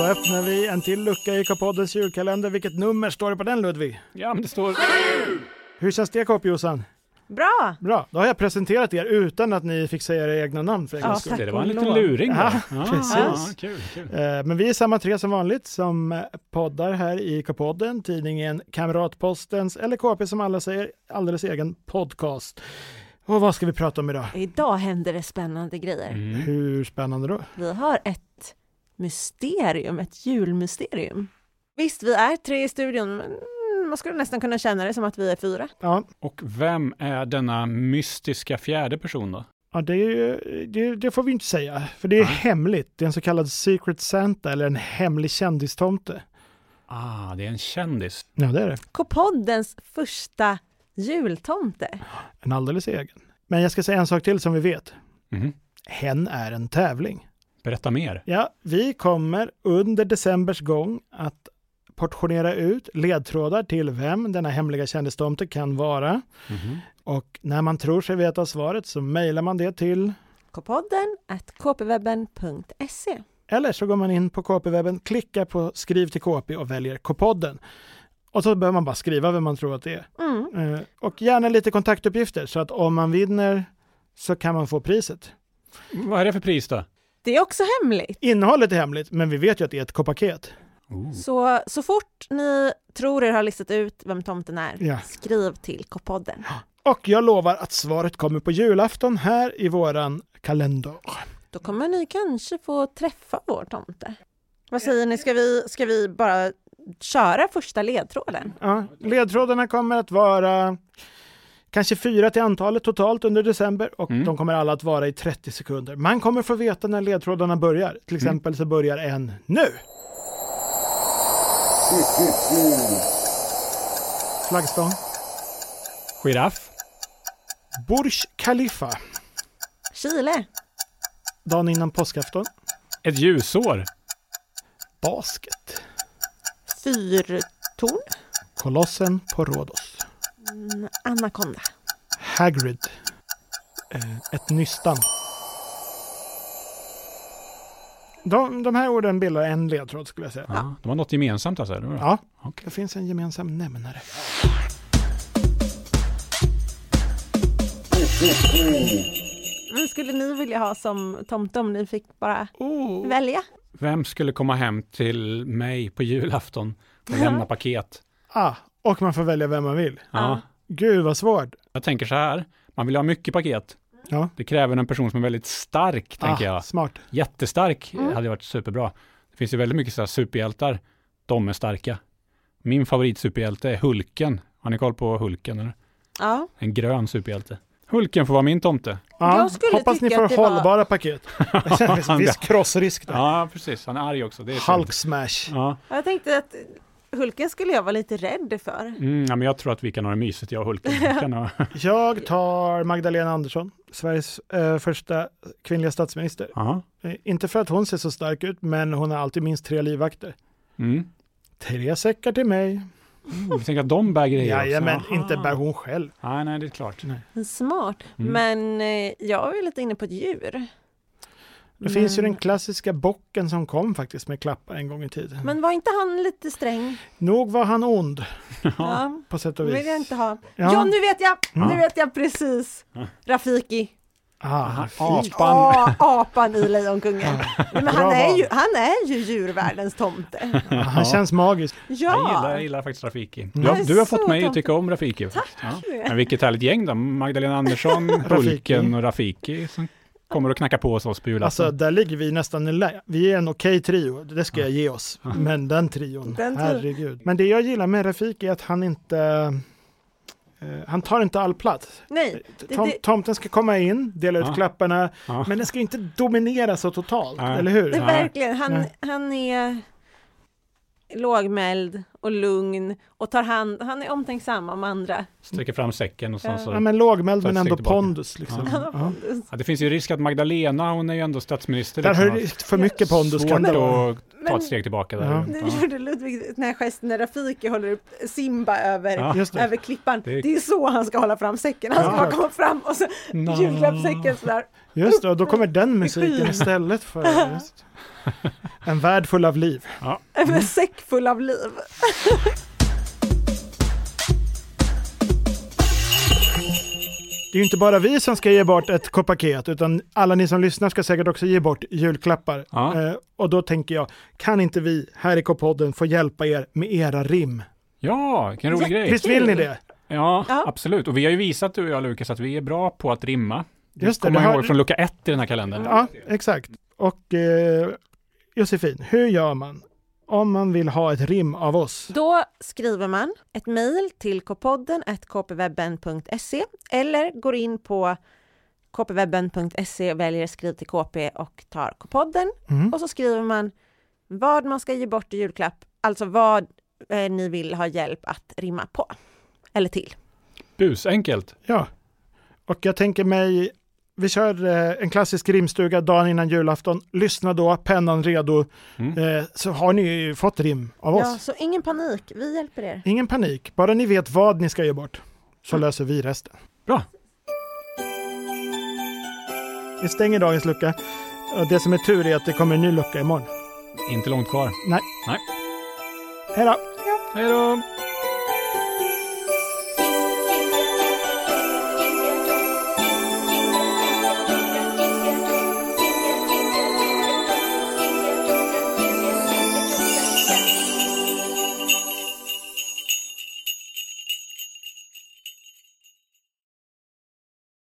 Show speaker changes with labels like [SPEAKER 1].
[SPEAKER 1] öppnar vi en till lucka i K-poddens julkalender. Vilket nummer står det på den Ludvig?
[SPEAKER 2] Ja, men det står...
[SPEAKER 1] Hur känns det Kåpjossan?
[SPEAKER 3] Bra!
[SPEAKER 1] Bra, då har jag presenterat er utan att ni fick säga era egna namn för en
[SPEAKER 3] Ja,
[SPEAKER 1] gångs skull.
[SPEAKER 3] tack.
[SPEAKER 2] Det var en
[SPEAKER 3] och
[SPEAKER 2] liten
[SPEAKER 3] lov.
[SPEAKER 2] luring
[SPEAKER 1] Ja,
[SPEAKER 2] där. Ah,
[SPEAKER 1] precis.
[SPEAKER 2] ah, kul, kul.
[SPEAKER 1] Eh, Men vi är samma tre som vanligt som eh, poddar här i K-podden, tidningen Kamratpostens, eller KP som alla säger, alldeles egen podcast. Och vad ska vi prata om idag?
[SPEAKER 3] Idag händer det spännande grejer.
[SPEAKER 2] Mm.
[SPEAKER 1] Hur spännande då?
[SPEAKER 3] Vi har ett mysterium, ett julmysterium. Visst, vi är tre i studion, men mm, man skulle nästan kunna känna det som att vi är fyra.
[SPEAKER 1] Ja,
[SPEAKER 2] Och vem är denna mystiska fjärde person då?
[SPEAKER 1] ja det, är ju- det, det får vi inte säga, för det är
[SPEAKER 2] Nej.
[SPEAKER 1] hemligt. Det är en så kallad Secret Santa eller en hemlig kändistomte.
[SPEAKER 2] Ah, det är en kändis.
[SPEAKER 1] Ja, det är det.
[SPEAKER 3] K-poddens första jultomte.
[SPEAKER 1] En alldeles egen. Men jag ska säga en sak till som vi vet.
[SPEAKER 2] Mhm.
[SPEAKER 1] Hen är en tävling.
[SPEAKER 2] Berätta mer.
[SPEAKER 1] Ja, vi kommer under decembers gång att portionera ut ledtrådar till vem denna hemliga kändistomte kan vara.
[SPEAKER 2] Mhm.
[SPEAKER 1] Och när man tror sig veta svaret så mejlar man det till
[SPEAKER 3] K-podden at kpwebben.se.
[SPEAKER 1] eller så går man in på KP-webben, klickar på skriv till KP och väljer K-podden. Och så behöver man bara skriva vem man tror att det är.
[SPEAKER 3] Mm.
[SPEAKER 1] Eh, Och gärna lite kontaktuppgifter så att om man vinner så kan man få priset.
[SPEAKER 2] Vad är det för pris då?
[SPEAKER 3] Det är också hemligt.
[SPEAKER 1] Innehållet är hemligt, men vi vet ju att det är ett K-paket.
[SPEAKER 2] Oh.
[SPEAKER 3] Så, så fort ni tror er har listat ut vem tomten är,
[SPEAKER 1] Ja.
[SPEAKER 3] skriv till K-podden.
[SPEAKER 1] Och jag lovar att svaret kommer på julafton här i våran kalender.
[SPEAKER 3] Då kommer ni kanske få träffa vår tomte. Vad säger ni, ska vi, ska vi bara köra första ledtråden?
[SPEAKER 1] Ja, ledtrådarna kommer att vara kanske fyra till antalet totalt under december och
[SPEAKER 2] Mm.
[SPEAKER 1] de kommer alla att vara i 30 sekunder. Man kommer få veta när ledtrådarna börjar. Till exempel så börjar en nu. Flaggstång.
[SPEAKER 2] Giraff.
[SPEAKER 1] Burj Khalifa,
[SPEAKER 3] Chile,
[SPEAKER 1] dagen innan påskafton.
[SPEAKER 2] Ett ljusår.
[SPEAKER 1] Basket.
[SPEAKER 3] fyrtorn,
[SPEAKER 1] Kolossen på Rhodos.
[SPEAKER 3] mm, anakonda,
[SPEAKER 1] Hagrid. Eh, ett nystan. De, de här orden bildar en ledtråd skulle jag säga.
[SPEAKER 2] Ah, de har något gemensamt alltså? eller?
[SPEAKER 1] Ja,
[SPEAKER 2] Okej.
[SPEAKER 1] det finns en gemensam nämnare.
[SPEAKER 3] Vem skulle ni vilja ha som tomte om ni fick bara
[SPEAKER 1] Oh.
[SPEAKER 3] välja?
[SPEAKER 2] Vem skulle komma hem till mig på julafton och lämna paket?
[SPEAKER 1] Ah, och man får välja vem man vill.
[SPEAKER 2] Ja.
[SPEAKER 1] Gud vad svårt.
[SPEAKER 2] Jag tänker så här, man vill ha mycket paket.
[SPEAKER 1] Ja.
[SPEAKER 2] Det kräver en person som är väldigt stark, tänker
[SPEAKER 1] ah,
[SPEAKER 2] jag.
[SPEAKER 1] Smart.
[SPEAKER 2] Jättestark
[SPEAKER 3] Mm.
[SPEAKER 2] hade varit superbra. Det finns ju väldigt mycket så här superhjältar. De är starka. Min favoritsuperhjälte är Hulken. Har ni koll på Hulken? Eller?
[SPEAKER 3] Ja,
[SPEAKER 2] En grön superhjälte. Hulken får vara min tomte.
[SPEAKER 1] Ah,
[SPEAKER 3] Jag skulle
[SPEAKER 1] hoppas ni
[SPEAKER 3] tycka
[SPEAKER 1] får
[SPEAKER 3] att det var-
[SPEAKER 1] hållbara paket. Det känns en viss krossrisk där.
[SPEAKER 2] Ja, precis. Han är arg också. Det är synd.
[SPEAKER 1] Hulk smash.
[SPEAKER 2] Ja.
[SPEAKER 3] jag tänkte att Hulken skulle jag vara lite rädd för.
[SPEAKER 2] Mm, ja, men jag tror att vi kan ha det mysigt, jag och Hulken. Vi Kan ha...
[SPEAKER 1] Jag tar Magdalena Andersson, Sveriges eh, första kvinnliga statsminister.
[SPEAKER 2] ja.
[SPEAKER 1] Eh, Inte för att hon ser så stark ut, men hon har alltid minst tre livvakter.
[SPEAKER 2] mm.
[SPEAKER 1] Tre säckar till mig.
[SPEAKER 2] Mm, Vi tänker att de bär grejer också.
[SPEAKER 1] Jajamän,
[SPEAKER 2] Aha.
[SPEAKER 1] inte bär hon själv.
[SPEAKER 2] Nej, nej, det är klart.
[SPEAKER 3] Smart,
[SPEAKER 2] Mm.
[SPEAKER 3] men eh, jag är lite inne på ett djur.
[SPEAKER 1] Det finns ju
[SPEAKER 3] Men-
[SPEAKER 1] den klassiska bocken som kom faktiskt med klappar en gång i tiden.
[SPEAKER 3] Men var inte han lite sträng?
[SPEAKER 1] Nog var han ond
[SPEAKER 3] Ja,
[SPEAKER 1] på sätt
[SPEAKER 3] det
[SPEAKER 1] och vis.
[SPEAKER 3] vill jag inte ha.
[SPEAKER 1] Ja.
[SPEAKER 3] Ja, nu vet jag!
[SPEAKER 2] Ja. Mm.
[SPEAKER 3] Nu vet jag precis! Rafiki,
[SPEAKER 1] Ah,
[SPEAKER 2] Ah,
[SPEAKER 1] fy-
[SPEAKER 2] fan.
[SPEAKER 3] Ah, apan i Lejonkungen. Nej, Men han,
[SPEAKER 1] Bra
[SPEAKER 3] är ju,
[SPEAKER 1] val.
[SPEAKER 3] han är ju djurvärldens tomte.
[SPEAKER 1] Ah, han känns magisk.
[SPEAKER 2] Jag, gillar,
[SPEAKER 3] Ja,
[SPEAKER 2] jag gillar faktiskt Rafiki. Du,
[SPEAKER 1] Han
[SPEAKER 2] har-
[SPEAKER 3] är
[SPEAKER 2] du har
[SPEAKER 3] så
[SPEAKER 2] fått mig att
[SPEAKER 3] tomten.
[SPEAKER 2] tycka om Rafiki. Tack! Ja.
[SPEAKER 3] du.
[SPEAKER 2] Men vilket härligt gäng då. Magdalena Andersson, Hulken och Rafiki som kommer att knacka på hos oss på julafton.
[SPEAKER 1] Alltså, där ligger vi nästan i lä. Vi är en okej trio, det ska jag ge oss. Men den trion,
[SPEAKER 3] Den tri-
[SPEAKER 1] herregud. Men det jag gillar med Rafik är att han inte... eh, han tar inte all plats.
[SPEAKER 3] nej, det,
[SPEAKER 1] Tom,
[SPEAKER 3] det,
[SPEAKER 1] tomten ska komma in, dela ut
[SPEAKER 2] Ja.
[SPEAKER 1] klapparna,
[SPEAKER 2] Ja.
[SPEAKER 1] men den ska inte dominera så totalt,
[SPEAKER 2] Nej.
[SPEAKER 1] eller hur?
[SPEAKER 3] det är verkligen, han,
[SPEAKER 1] Nej.
[SPEAKER 3] han är lågmäld och lugn och tar hand, han är omtänksam om
[SPEAKER 2] Mm.
[SPEAKER 3] andra.
[SPEAKER 2] Sträcker fram säcken och sen
[SPEAKER 1] Ja,
[SPEAKER 2] så.
[SPEAKER 1] men lågmäld
[SPEAKER 2] Ta ett
[SPEAKER 1] men ändå
[SPEAKER 2] steg tillbaka.
[SPEAKER 1] pondus. Liksom.
[SPEAKER 2] Ja.
[SPEAKER 1] Ja.
[SPEAKER 2] Ja, det finns ju risk att Magdalena, hon är ju ändå statsminister.
[SPEAKER 1] Där har
[SPEAKER 2] liksom,
[SPEAKER 1] du
[SPEAKER 2] att-
[SPEAKER 1] för mycket pondus.
[SPEAKER 2] Svårt
[SPEAKER 1] kan det vara.
[SPEAKER 2] att ta
[SPEAKER 3] Men-
[SPEAKER 2] ett steg tillbaka där.
[SPEAKER 1] Ja.
[SPEAKER 2] Ja.
[SPEAKER 3] Nu gjorde Ludvig den här gesten när Rafiki håller upp Simba över,
[SPEAKER 2] Ja.
[SPEAKER 1] Just det.
[SPEAKER 3] över klippan.
[SPEAKER 2] Det
[SPEAKER 3] Det
[SPEAKER 2] är-
[SPEAKER 3] är... så han ska hålla fram säcken. Han ska
[SPEAKER 1] Ja.
[SPEAKER 3] bara komma fram och så
[SPEAKER 2] Nå.
[SPEAKER 3] julklappssäcken sådär.
[SPEAKER 1] Just det, och då kommer den musiken
[SPEAKER 3] skyn.
[SPEAKER 1] istället för... Just. En värld full av liv.
[SPEAKER 3] En säck full av liv.
[SPEAKER 1] Det är ju inte bara vi som ska ge bort ett paket, utan alla ni som lyssnar ska säkert också ge bort julklappar.
[SPEAKER 2] Ja.
[SPEAKER 1] Eh, och då tänker jag, kan inte vi här i K-podden få hjälpa er med era rim?
[SPEAKER 2] Ja, vilken rolig grej.
[SPEAKER 1] Visst vill ni det?
[SPEAKER 2] Ja,
[SPEAKER 3] Ja.
[SPEAKER 2] absolut. Och vi har ju visat, du och jag Lukas, att vi är bra på att rimma. Det
[SPEAKER 1] Just det,
[SPEAKER 2] kommer
[SPEAKER 1] det
[SPEAKER 2] jag
[SPEAKER 1] har-
[SPEAKER 2] ihåg från lucka ett i den här kalendern.
[SPEAKER 1] Ja, exakt. Och eh, Josefin, hur gör man om man vill ha ett rim av oss?
[SPEAKER 3] Då skriver man ett mejl till kpodden kpwebben.se eller går in på kpwebben.se och väljer skriv till kp och tar kpodden
[SPEAKER 1] Mm.
[SPEAKER 3] och så skriver man vad man ska ge bort i julklapp, alltså vad eh, ni vill ha hjälp att rimma på eller till.
[SPEAKER 2] Busenkelt.
[SPEAKER 1] Ja, och jag tänker mig, vi kör eh, en klassisk rimstuga dagen innan julafton. Lyssna då, pennan redo,
[SPEAKER 2] Mm.
[SPEAKER 1] eh, så har ni ju fått rim av
[SPEAKER 3] Ja,
[SPEAKER 1] oss.
[SPEAKER 3] så ingen panik, vi hjälper er.
[SPEAKER 1] Ingen panik, bara ni vet vad ni ska ge bort så löser vi resten.
[SPEAKER 2] Bra.
[SPEAKER 1] Vi stänger dagens lucka. Och Det som är tur är att det kommer en ny lucka imorgon.
[SPEAKER 2] Inte långt kvar.
[SPEAKER 1] Nej.
[SPEAKER 2] Nej.
[SPEAKER 1] Hej då!
[SPEAKER 2] Hej då!